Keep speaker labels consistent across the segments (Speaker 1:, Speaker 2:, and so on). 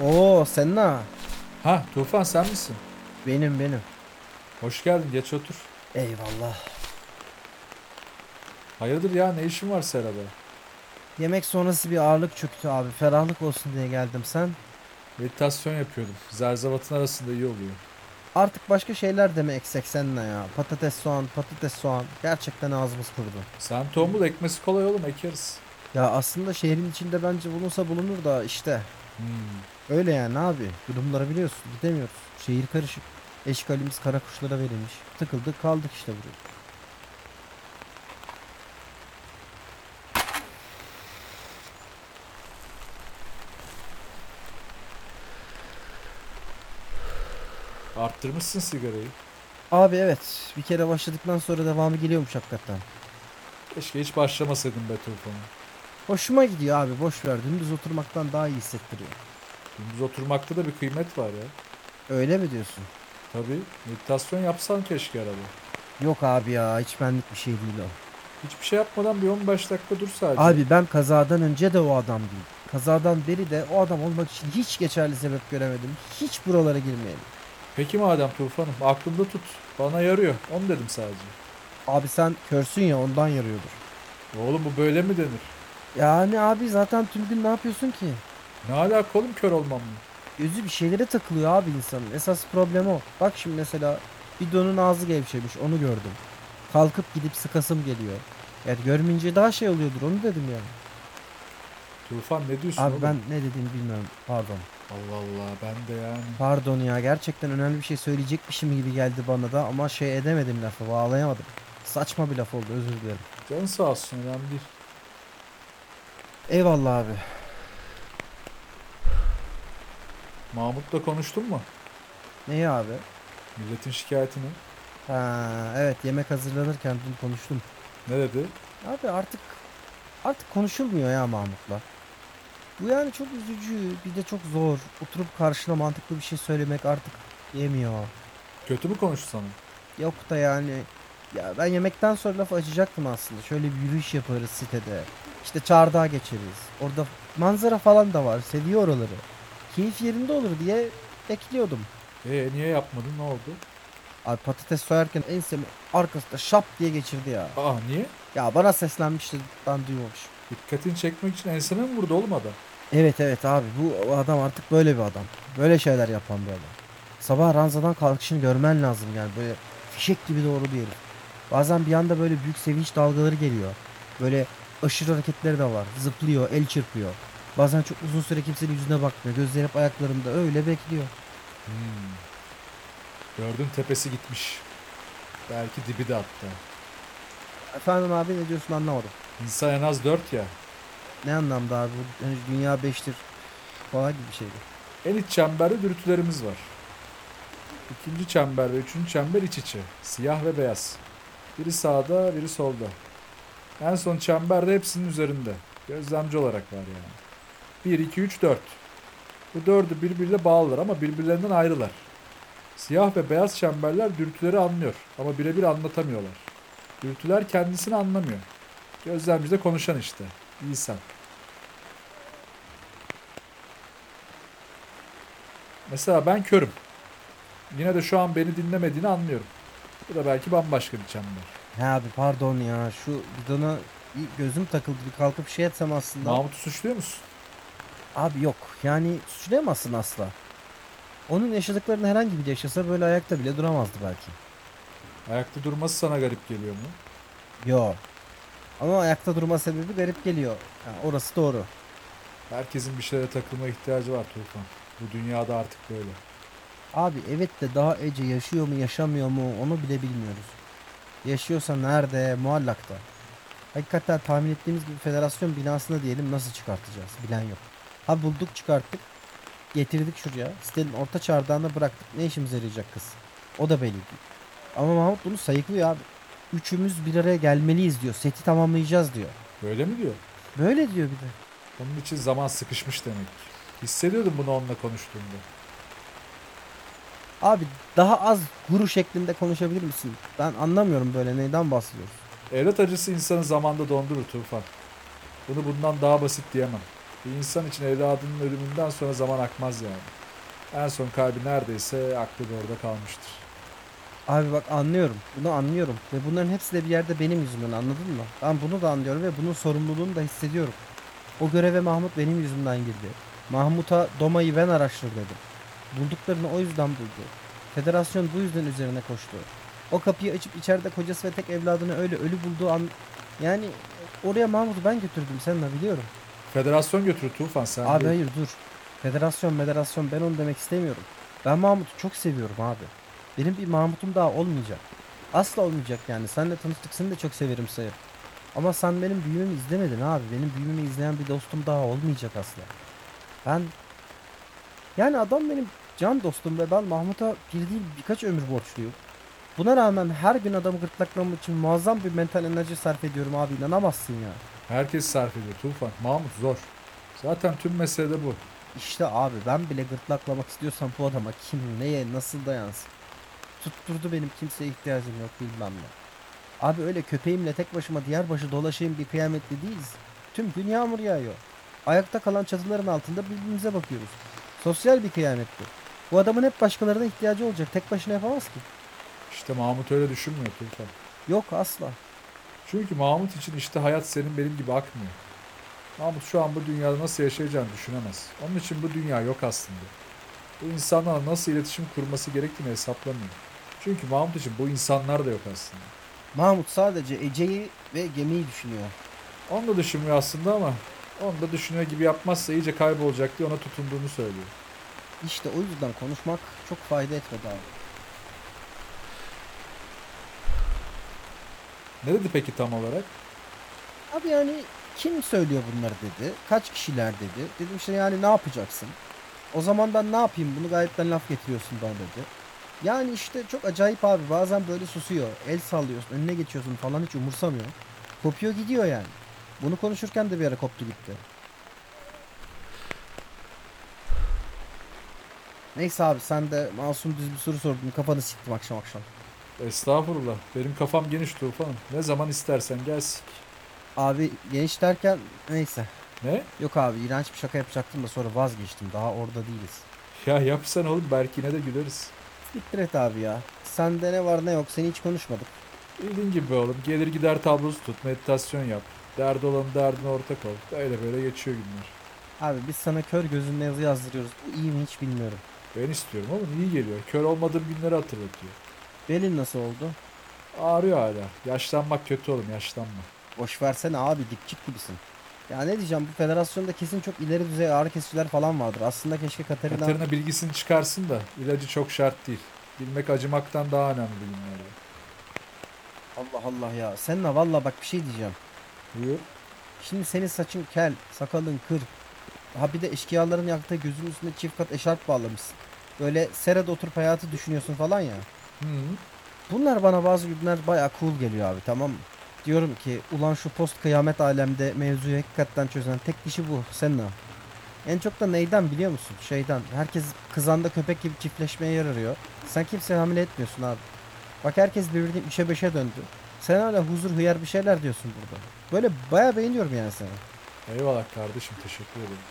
Speaker 1: Oo Senna.
Speaker 2: Ha Tufan sen misin?
Speaker 1: Benim benim.
Speaker 2: Hoş geldin geç otur.
Speaker 1: Eyvallah.
Speaker 2: Hayırdır ya ne işin var Serada?
Speaker 1: Yemek sonrası bir ağırlık çöktü abi. Ferahlık olsun diye geldim sen.
Speaker 2: Meditasyon yapıyordum. Zerzevatın arasında iyi oluyor.
Speaker 1: Artık başka şeyler deme eksek Senna ya. Patates soğan, patates soğan. Gerçekten ağzımız kurudu.
Speaker 2: Sen tohumul ekmesi kolay oğlum ekeriz.
Speaker 1: Ya aslında şehrin içinde bence bulunsa bulunur da işte.
Speaker 2: Hmm.
Speaker 1: Öyle yani abi. Durumları biliyorsun. Gidemiyoruz. Şehir karışık. Eşkalimiz kara kuşlara verilmiş. Tıkıldık kaldık işte burada.
Speaker 2: Arttırmışsın sigarayı.
Speaker 1: Abi evet. Bir kere başladıktan sonra devamı geliyormuş hakikaten.
Speaker 2: Keşke hiç başlamasaydın be Tufan.
Speaker 1: Hoşuma gidiyor abi. Boş ver. Dümdüz oturmaktan daha iyi hissettiriyor.
Speaker 2: Dümdüz oturmakta da bir kıymet var ya.
Speaker 1: Öyle mi diyorsun?
Speaker 2: Tabii meditasyon yapsan keşke arada.
Speaker 1: Yok abi ya. Hiç benlik bir şey değil o.
Speaker 2: Hiçbir şey yapmadan bir 15 dakika dur sadece.
Speaker 1: Abi ben kazadan önce de o adam değilim. Kazadan beri de o adam olmak için hiç geçerli sebep göremedim. Hiç buralara girmeyelim.
Speaker 2: Peki madem Tufan'ım aklında tut. Bana yarıyor. Onu dedim sadece.
Speaker 1: Abi sen körsün ya ondan yarıyordur.
Speaker 2: Oğlum bu böyle mi denir?
Speaker 1: Yani abi zaten tüm gün ne yapıyorsun ki?
Speaker 2: Ne alaka oğlum kör olmam mı?
Speaker 1: Gözü bir şeylere takılıyor abi insanın. Esas problem o. Bak şimdi mesela bidonun ağzı gevşemiş onu gördüm. Kalkıp gidip sıkasım geliyor. Yani görmeyince daha şey oluyordur onu dedim yani.
Speaker 2: Tufan ne diyorsun
Speaker 1: Abi
Speaker 2: oğlum?
Speaker 1: ben ne dediğimi bilmiyorum. Pardon.
Speaker 2: Allah Allah ben de yani.
Speaker 1: Pardon ya gerçekten önemli bir şey söyleyecekmişim gibi geldi bana da ama şey edemedim lafı bağlayamadım. Saçma bir laf oldu özür dilerim.
Speaker 2: Canın sağ olsun önemli değil.
Speaker 1: Eyvallah abi.
Speaker 2: Mahmut'la konuştun mu?
Speaker 1: Neyi abi?
Speaker 2: Milletin şikayetini.
Speaker 1: Ha, evet yemek hazırlanırken dün konuştum.
Speaker 2: Ne dedi?
Speaker 1: Abi artık artık konuşulmuyor ya Mahmut'la. Bu yani çok üzücü bir de çok zor. Oturup karşına mantıklı bir şey söylemek artık yemiyor.
Speaker 2: Kötü mü konuştu sana?
Speaker 1: Yok da yani ya ben yemekten sonra laf açacaktım aslında. Şöyle bir yürüyüş yaparız sitede. İşte çardağa geçeriz. Orada manzara falan da var. Seviyor oraları. Keyif yerinde olur diye bekliyordum.
Speaker 2: E niye yapmadın ne oldu?
Speaker 1: Abi patates soyarken ensemi arkasında şap diye geçirdi ya.
Speaker 2: Aa niye?
Speaker 1: Ya bana seslenmişti ben duymamışım.
Speaker 2: Dikkatini çekmek için enseme mi vurdu oğlum adam?
Speaker 1: Evet evet abi bu adam artık böyle bir adam. Böyle şeyler yapan bir adam. Sabah ranzadan kalkışını görmen lazım yani böyle fişek gibi doğru bir herif. Bazen bir anda böyle büyük sevinç dalgaları geliyor. Böyle aşırı hareketleri de var. Zıplıyor, el çırpıyor. Bazen çok uzun süre kimsenin yüzüne bakmıyor. Gözleri hep ayaklarında öyle bekliyor.
Speaker 2: Hmm. Gördün tepesi gitmiş. Belki dibi de hatta.
Speaker 1: Efendim abi ne diyorsun anlamadım.
Speaker 2: İnsan en az dört ya.
Speaker 1: Ne anlamda abi bu hani dünya beştir falan gibi bir şeydi.
Speaker 2: En iç çemberde dürtülerimiz var. İkinci çember ve üçüncü çember iç içe. Siyah ve beyaz. Biri sağda, biri solda. En son çember de hepsinin üzerinde. Gözlemci olarak var yani. 1, 2, 3, 4. Bu dördü birbiriyle bağlılar ama birbirlerinden ayrılar. Siyah ve beyaz çemberler dürtüleri anlıyor ama birebir anlatamıyorlar. Dürtüler kendisini anlamıyor. Gözlemci de konuşan işte. İnsan. Mesela ben körüm. Yine de şu an beni dinlemediğini anlıyorum. Bu da belki bambaşka bir çember.
Speaker 1: He abi pardon ya şu bidona bir gözüm takıldı bir kalkıp şey etsem aslında.
Speaker 2: Mahmut'u suçluyor musun?
Speaker 1: Abi yok. Yani suçlayamazsın asla. Onun yaşadıklarını herhangi biri yaşasa böyle ayakta bile duramazdı belki.
Speaker 2: Ayakta durması sana garip geliyor mu?
Speaker 1: Yo. Ama ayakta durma sebebi garip geliyor. Yani orası doğru.
Speaker 2: Herkesin bir şeylere takılma ihtiyacı var Tufan. Bu dünyada artık böyle.
Speaker 1: Abi evet de daha Ece yaşıyor mu yaşamıyor mu onu bile bilmiyoruz. Yaşıyorsa nerede? Muallakta. Hakikaten tahmin ettiğimiz gibi federasyon binasına diyelim nasıl çıkartacağız? Bilen yok. Ha bulduk çıkarttık. Getirdik şuraya. Sitenin orta çardağına bıraktık. Ne işimize yarayacak kız? O da belli değil. Ama Mahmut bunu sayıklıyor abi. Üçümüz bir araya gelmeliyiz diyor. Seti tamamlayacağız diyor.
Speaker 2: Böyle mi diyor?
Speaker 1: Böyle diyor bir de.
Speaker 2: Onun için zaman sıkışmış demek. Hissediyordum bunu onunla konuştuğumda.
Speaker 1: Abi daha az guru şeklinde konuşabilir misin? Ben anlamıyorum böyle neyden bahsediyoruz.
Speaker 2: Evlat acısı insanı zamanda dondurur Tufan. Bunu bundan daha basit diyemem. Bir insan için evladının ölümünden sonra zaman akmaz yani. En son kalbi neredeyse aklı da orada kalmıştır.
Speaker 1: Abi bak anlıyorum. Bunu anlıyorum. Ve bunların hepsi de bir yerde benim yüzümden anladın mı? Ben bunu da anlıyorum ve bunun sorumluluğunu da hissediyorum. O göreve Mahmut benim yüzümden girdi. Mahmut'a Doma'yı ben araştır dedim. Bulduklarını o yüzden buldu. Federasyon bu yüzden üzerine koştu. O kapıyı açıp içeride kocası ve tek evladını öyle ölü bulduğu an... Yani oraya Mahmut'u ben götürdüm seninle biliyorum.
Speaker 2: Federasyon götürü Tufan sen
Speaker 1: Abi
Speaker 2: değil.
Speaker 1: hayır dur. Federasyon federasyon ben onu demek istemiyorum. Ben Mahmut'u çok seviyorum abi. Benim bir Mahmut'um daha olmayacak. Asla olmayacak yani. Senle tanıştık seni de çok severim sayıp. Ama sen benim büyümemi izlemedin abi. Benim büyümemi izleyen bir dostum daha olmayacak asla. Ben... Yani adam benim can dostum ve ben Mahmut'a bir değil birkaç ömür borçluyum. Buna rağmen her gün adamı gırtlaklamak için muazzam bir mental enerji sarf ediyorum abi inanamazsın ya.
Speaker 2: Herkes sarf ediyor Tufan. Mahmut zor. Zaten tüm mesele de bu.
Speaker 1: İşte abi ben bile gırtlaklamak istiyorsam bu adama kim neye nasıl dayansın. Tutturdu benim kimseye ihtiyacım yok bilmem ne. Abi öyle köpeğimle tek başıma diğer başı dolaşayım bir kıyametli değiliz. Tüm gün yağmur yağıyor. Ayakta kalan çatıların altında birbirimize bakıyoruz. Sosyal bir kıyamet bu. Bu adamın hep başkalarına ihtiyacı olacak. Tek başına yapamaz ki.
Speaker 2: İşte Mahmut öyle düşünmüyor Tufan.
Speaker 1: Yok asla.
Speaker 2: Çünkü Mahmut için işte hayat senin benim gibi akmıyor. Mahmut şu an bu dünyada nasıl yaşayacağını düşünemez. Onun için bu dünya yok aslında. Bu insanlarla nasıl iletişim kurması gerektiğini hesaplamıyor. Çünkü Mahmut için bu insanlar da yok aslında.
Speaker 1: Mahmut sadece Ece'yi ve gemiyi düşünüyor.
Speaker 2: Onu da düşünmüyor aslında ama onu da düşünüyor gibi yapmazsa iyice kaybolacak diye ona tutunduğunu söylüyor.
Speaker 1: İşte o yüzden konuşmak çok fayda etmedi abi.
Speaker 2: Ne dedi peki tam olarak?
Speaker 1: Abi yani kim söylüyor bunları dedi. Kaç kişiler dedi. Dedim işte yani ne yapacaksın? O zaman ben ne yapayım bunu gayetten laf getiriyorsun bana dedi. Yani işte çok acayip abi bazen böyle susuyor. El sallıyorsun önüne geçiyorsun falan hiç umursamıyor. Kopuyor gidiyor yani. Bunu konuşurken de bir ara koptu gitti. Neyse abi sen de masum düz bir soru sordun kafanı siktim akşam akşam.
Speaker 2: Estağfurullah. Benim kafam geniş Tufan'ım. Ne zaman istersen gelsin.
Speaker 1: Abi geniş derken neyse.
Speaker 2: Ne?
Speaker 1: Yok abi iğrenç bir şaka yapacaktım da sonra vazgeçtim. Daha orada değiliz.
Speaker 2: Ya yapsan oğlum belki yine de güleriz.
Speaker 1: Siktir et abi ya. Sende ne var ne yok seni hiç konuşmadık.
Speaker 2: Bildiğin gibi be oğlum. Gelir gider tablosu tut, meditasyon yap. Derdi olan derdine ortak ol. Böyle böyle geçiyor günler.
Speaker 1: Abi biz sana kör gözünle yazı yazdırıyoruz. Bu iyi mi hiç bilmiyorum.
Speaker 2: Ben istiyorum oğlum iyi geliyor. Kör olmadığım günleri hatırlatıyor.
Speaker 1: Belin nasıl oldu?
Speaker 2: Ağrıyor hala. Yaşlanmak kötü oğlum yaşlanma.
Speaker 1: Boş versene abi dipçik gibisin. Ya ne diyeceğim bu federasyonda kesin çok ileri düzey ağrı kesiciler falan vardır. Aslında keşke Katerina...
Speaker 2: Katarina bilgisini çıkarsın da ilacı çok şart değil. Bilmek acımaktan daha önemli günlerde.
Speaker 1: Allah Allah ya. Seninle valla bak bir şey diyeceğim.
Speaker 2: Buyur.
Speaker 1: Şimdi senin saçın kel, sakalın kır. Ha bir de eşkıyaların yaktığı gözünün üstüne çift kat eşarp bağlamışsın. Böyle serada oturup hayatı düşünüyorsun falan ya.
Speaker 2: Hı hı.
Speaker 1: Bunlar bana bazı günler bayağı cool geliyor abi tamam mı? Diyorum ki ulan şu post kıyamet alemde mevzuyu hakikaten çözen tek kişi bu Senna. En çok da neyden biliyor musun? Şeyden. Herkes kızanda köpek gibi çiftleşmeye yer arıyor. Sen kimseye hamile etmiyorsun abi. Bak herkes birbirine üçe beşe döndü. Sen hala huzur hıyar bir şeyler diyorsun burada. Böyle bayağı beğeniyorum yani seni.
Speaker 2: Eyvallah kardeşim teşekkür ederim.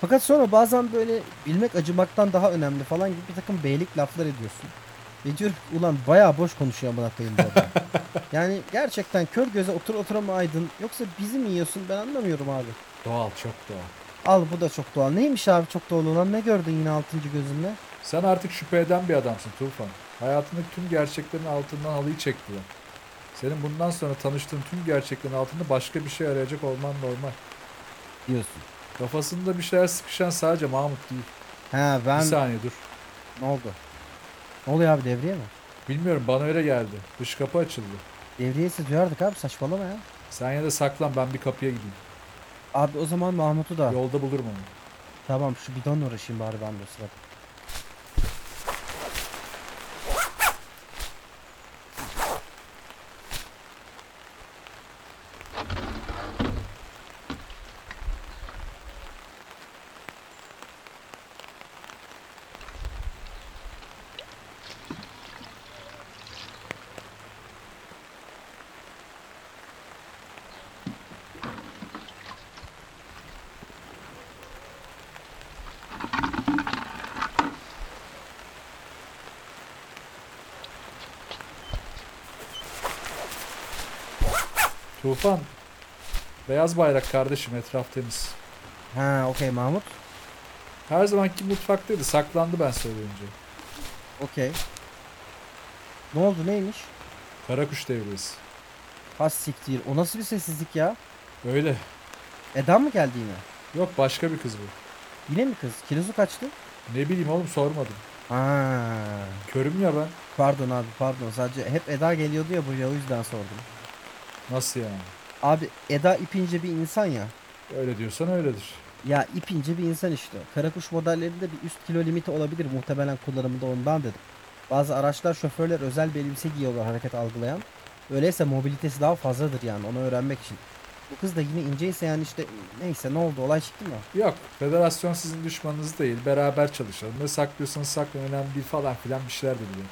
Speaker 1: Fakat sonra bazen böyle bilmek acımaktan daha önemli falan gibi bir takım beylik laflar ediyorsun. Ve diyorum ki, ulan bayağı boş konuşuyor amına koyayım bu adam. yani gerçekten kör göze otur otura mı aydın yoksa bizi mi yiyorsun ben anlamıyorum abi.
Speaker 2: Doğal çok doğal.
Speaker 1: Al bu da çok doğal. Neymiş abi çok doğal olan ne gördün yine altıncı gözünle?
Speaker 2: Sen artık şüphe eden bir adamsın Tufan. Hayatındaki tüm gerçeklerin altından halıyı çektiler. Senin bundan sonra tanıştığın tüm gerçeklerin altında başka bir şey arayacak olman normal.
Speaker 1: Diyorsun.
Speaker 2: Kafasında bir şeyler sıkışan sadece Mahmut değil.
Speaker 1: He ben
Speaker 2: Bir saniye dur.
Speaker 1: ne oldu? Ne oluyor abi devriye mi?
Speaker 2: Bilmiyorum bana öyle geldi. Dış kapı açıldı.
Speaker 1: Devriyesi duyardık abi saçmalama ya.
Speaker 2: Sen ya da saklan ben bir kapıya gideyim.
Speaker 1: Abi o zaman Mahmut'u da.
Speaker 2: Yolda bulurum onu.
Speaker 1: Tamam şu bidonla uğraşayım bari ben de o sırada.
Speaker 2: Tufan. Beyaz bayrak kardeşim etraf temiz.
Speaker 1: Ha okey Mahmut.
Speaker 2: Her zamanki mutfaktaydı saklandı ben söyleyince.
Speaker 1: Okey. Ne oldu neymiş?
Speaker 2: Karakuş devreyiz.
Speaker 1: Has siktir. O nasıl bir sessizlik ya?
Speaker 2: Öyle.
Speaker 1: Eda mı geldi yine?
Speaker 2: Yok başka bir kız bu.
Speaker 1: Yine mi kız? Kilosu kaçtı?
Speaker 2: Ne bileyim oğlum sormadım.
Speaker 1: Ha.
Speaker 2: Körüm ya ben.
Speaker 1: Pardon abi pardon. Sadece hep Eda geliyordu ya buraya o yüzden sordum.
Speaker 2: Nasıl yani?
Speaker 1: Abi Eda ipince bir insan ya.
Speaker 2: Öyle diyorsan öyledir.
Speaker 1: Ya ipince bir insan işte. Karakuş modellerinde bir üst kilo limiti olabilir muhtemelen kullanımında ondan dedim. Bazı araçlar şoförler özel bir elbise giyiyorlar hareket algılayan. Öyleyse mobilitesi daha fazladır yani onu öğrenmek için. Bu kız da yine inceyse yani işte neyse ne oldu olay çıktı mı?
Speaker 2: Yok federasyon sizin düşmanınız değil. Beraber çalışalım. Ne saklıyorsanız saklayın önemli değil falan filan bir şeyler dediler.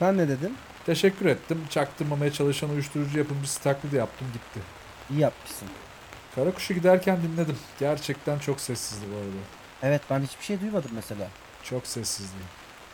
Speaker 1: Ben ne dedim?
Speaker 2: Teşekkür ettim. Çaktırmamaya çalışan uyuşturucu yapımcısı taklidi yaptım gitti.
Speaker 1: İyi yapmışsın.
Speaker 2: Karakuş'u giderken dinledim. Gerçekten çok sessizdi bu arada.
Speaker 1: Evet ben hiçbir şey duymadım mesela.
Speaker 2: Çok sessizdi.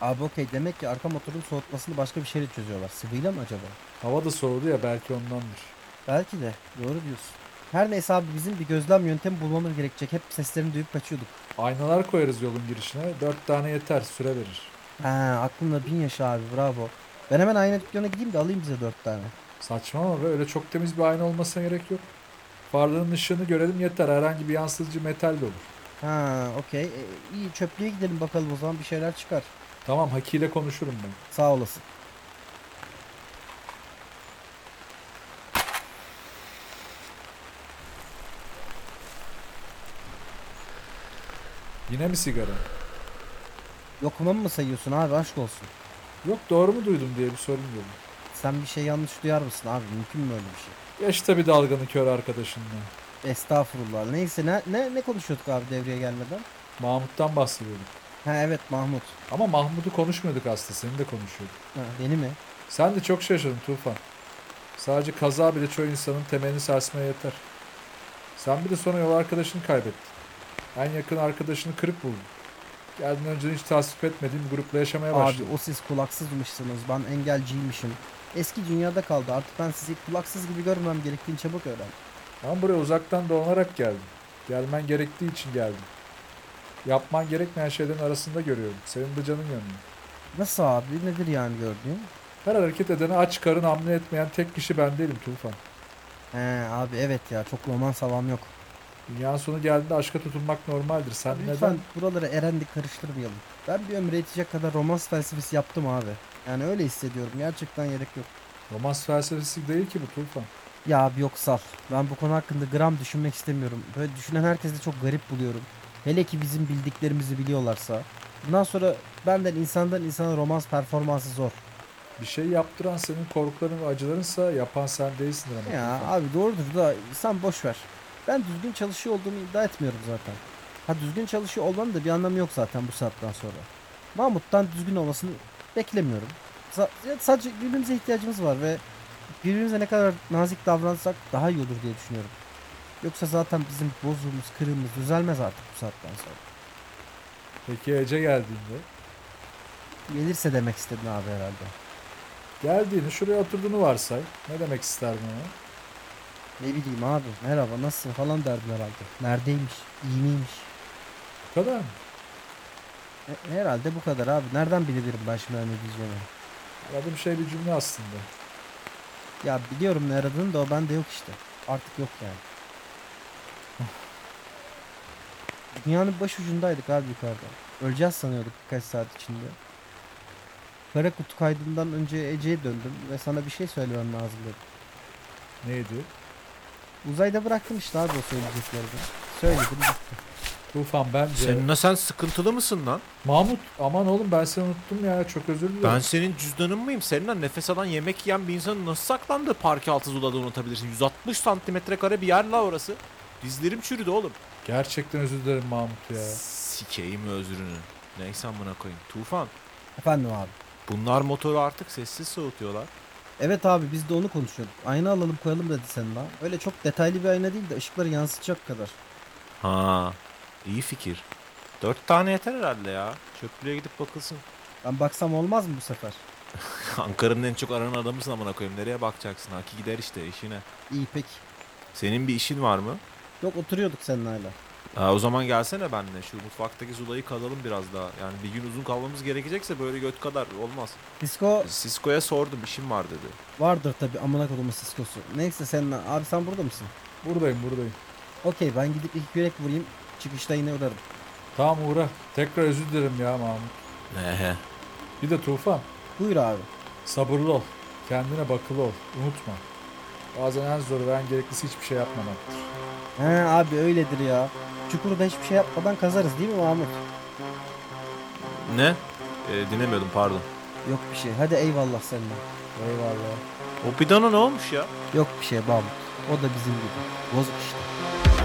Speaker 1: Abi okey demek ki arka motorun soğutmasını başka bir şeyle çözüyorlar. Sıvıyla mı acaba?
Speaker 2: Hava da soğudu ya belki ondandır.
Speaker 1: Belki de doğru diyorsun. Her neyse abi bizim bir gözlem yöntemi bulmamız gerekecek. Hep seslerini duyup kaçıyorduk.
Speaker 2: Aynalar koyarız yolun girişine. Dört tane yeter süre verir.
Speaker 1: Ha, aklımda bin yaşa abi bravo. Ben hemen ayna dükkanına gideyim de alayım bize dört tane.
Speaker 2: Saçma ama be, öyle çok temiz bir ayna olmasına gerek yok. Farların ışığını görelim yeter. Herhangi bir yansıtıcı metal de olur.
Speaker 1: Ha okey. E, iyi çöplüğe gidelim bakalım o zaman bir şeyler çıkar.
Speaker 2: Tamam Haki ile konuşurum ben.
Speaker 1: Sağ olasın.
Speaker 2: Yine mi sigara?
Speaker 1: Lokma mı sayıyorsun abi aşk olsun.
Speaker 2: Yok doğru mu duydum diye bir sorun yok.
Speaker 1: Sen bir şey yanlış duyar mısın abi mümkün mü öyle bir şey?
Speaker 2: Geç tabi dalganı kör arkadaşınla.
Speaker 1: Estağfurullah. Neyse ne, ne, ne konuşuyorduk abi devreye gelmeden?
Speaker 2: Mahmut'tan bahsediyorduk.
Speaker 1: Ha evet Mahmut.
Speaker 2: Ama Mahmut'u konuşmuyorduk aslında seni de konuşuyorduk.
Speaker 1: Ha, beni mi?
Speaker 2: Sen de çok şaşırdın Tufan. Sadece kaza bile çoğu insanın temelini sarsmaya yeter. Sen bir de sonra yol arkadaşını kaybettin. En yakın arkadaşını kırık buldun. Geldiğin önce hiç tasvip etmediğim bir grupla yaşamaya
Speaker 1: Abi
Speaker 2: başladın.
Speaker 1: o siz kulaksızmışsınız. Ben engelciymişim. Eski dünyada kaldı. Artık ben sizi kulaksız gibi görmem gerektiğini çabuk öğrendim.
Speaker 2: Ben buraya uzaktan dolanarak geldim. Gelmen gerektiği için geldim. Yapman gerekmeyen şeylerin arasında görüyorum. Senin de canın yanıyor.
Speaker 1: Nasıl abi? Nedir yani gördüğün?
Speaker 2: Her hareket edene aç karın hamle etmeyen tek kişi ben değilim Tufan.
Speaker 1: He abi evet ya çok roman salam yok.
Speaker 2: Dünyanın sonu geldiğinde aşka tutunmak normaldir. Sen
Speaker 1: Lütfen
Speaker 2: neden
Speaker 1: buraları erendik karıştırmayalım. Ben bir ömre yetecek kadar romans felsefesi yaptım abi. Yani öyle hissediyorum. Gerçekten gerek yok.
Speaker 2: romans felsefesi değil ki bu Tufan.
Speaker 1: Ya abi yok sal. Ben bu konu hakkında gram düşünmek istemiyorum. Böyle düşünen herkesi de çok garip buluyorum. Hele ki bizim bildiklerimizi biliyorlarsa. Bundan sonra benden insandan insana romans performansı zor.
Speaker 2: Bir şey yaptıran senin korkuların ve acılarınsa yapan sen değilsin ama.
Speaker 1: Ya
Speaker 2: Tufan.
Speaker 1: abi doğrudur da sen boş ver. Ben düzgün çalışıyor olduğumu iddia etmiyorum zaten. Ha düzgün çalışıyor olmanın da bir anlamı yok zaten bu saatten sonra. Mahmut'tan düzgün olmasını beklemiyorum. Sa- ya sadece birbirimize ihtiyacımız var ve birbirimize ne kadar nazik davransak daha iyi olur diye düşünüyorum. Yoksa zaten bizim bozduğumuz, kırığımız düzelmez artık bu saatten sonra.
Speaker 2: Peki Ece geldiğinde?
Speaker 1: Gelirse demek istedin abi herhalde.
Speaker 2: Geldiğini şuraya oturduğunu varsay. Ne demek isterdin ona?
Speaker 1: Ne bileyim abi merhaba nasılsın falan derdin herhalde. Neredeymiş, iyi miymiş?
Speaker 2: Bu kadar mı?
Speaker 1: E- Herhalde bu kadar abi. Nereden bilebilirim ben şimdi ne diyeceğimi?
Speaker 2: Aradığım şey bir cümle aslında.
Speaker 1: Ya biliyorum ne aradığını da o bende yok işte. Artık yok yani. Dünyanın baş ucundaydık abi yukarıda. Öleceğiz sanıyorduk birkaç saat içinde. Kara kutu kaydından önce Ece'ye döndüm ve sana bir şey söylemem lazım dedim.
Speaker 2: Neydi?
Speaker 1: Uzayda bıraktım işte abi o söyleyeceklerimi. Söyledim gitti.
Speaker 2: Tufan bence...
Speaker 3: Seninle sen sıkıntılı mısın lan?
Speaker 2: Mahmut aman oğlum ben seni unuttum ya çok özür dilerim.
Speaker 3: Ben senin cüzdanın mıyım? Seninle nefes alan yemek yiyen bir insanın nasıl saklandığı parke altı zulada unutabilirsin. 160 santimetre kare bir yer la orası. Dizlerim çürüdü oğlum.
Speaker 2: Gerçekten özür dilerim Mahmut ya.
Speaker 3: Sikeyim özrünü. Neyse amına koyayım. Tufan.
Speaker 1: Efendim abi.
Speaker 3: Bunlar motoru artık sessiz soğutuyorlar.
Speaker 1: Evet abi biz de onu konuşuyorduk. Ayna alalım koyalım dedi senin lan. Öyle çok detaylı bir ayna değil de ışıkları yansıtacak kadar.
Speaker 3: Ha, iyi fikir. Dört tane yeter herhalde ya. Çöplüğe gidip bakılsın.
Speaker 1: Ben baksam olmaz mı bu sefer?
Speaker 3: Ankara'nın en çok aranan adamısın amına koyayım. Nereye bakacaksın? Haki gider işte işine.
Speaker 1: İyi peki.
Speaker 3: Senin bir işin var mı?
Speaker 1: Yok oturuyorduk seninle hala.
Speaker 3: Aa, o zaman gelsene benle. Şu mutfaktaki Zula'yı kalalım biraz daha. Yani bir gün uzun kalmamız gerekecekse böyle göt kadar olmaz.
Speaker 1: Disko
Speaker 3: Sisko'ya sordum işim var dedi.
Speaker 1: vardır tabi amına kodumun siskosu. Neyse seninle. Abi sen burada mısın?
Speaker 2: Buradayım buradayım.
Speaker 1: Okey ben gidip iki yürek vurayım. Çıkışta yine uğrarım.
Speaker 2: Tamam uğra. Tekrar özür dilerim ya Mahmut.
Speaker 3: Ehe.
Speaker 2: Bir de Tufan.
Speaker 1: Buyur abi.
Speaker 2: Sabırlı ol. Kendine bakılı ol. Unutma. Bazen en zoru ve en gereklisi hiçbir şey yapmamaktır.
Speaker 1: He abi öyledir ya. Çukurda hiçbir şey yapmadan kazarız değil mi Mahmut?
Speaker 3: Ne? Ee, dinlemiyordum pardon.
Speaker 1: Yok bir şey. Hadi eyvallah seninle. Eyvallah.
Speaker 3: O pidana ne olmuş ya?
Speaker 1: Yok bir şey Mahmut. O da bizim gibi. Bozuk işte.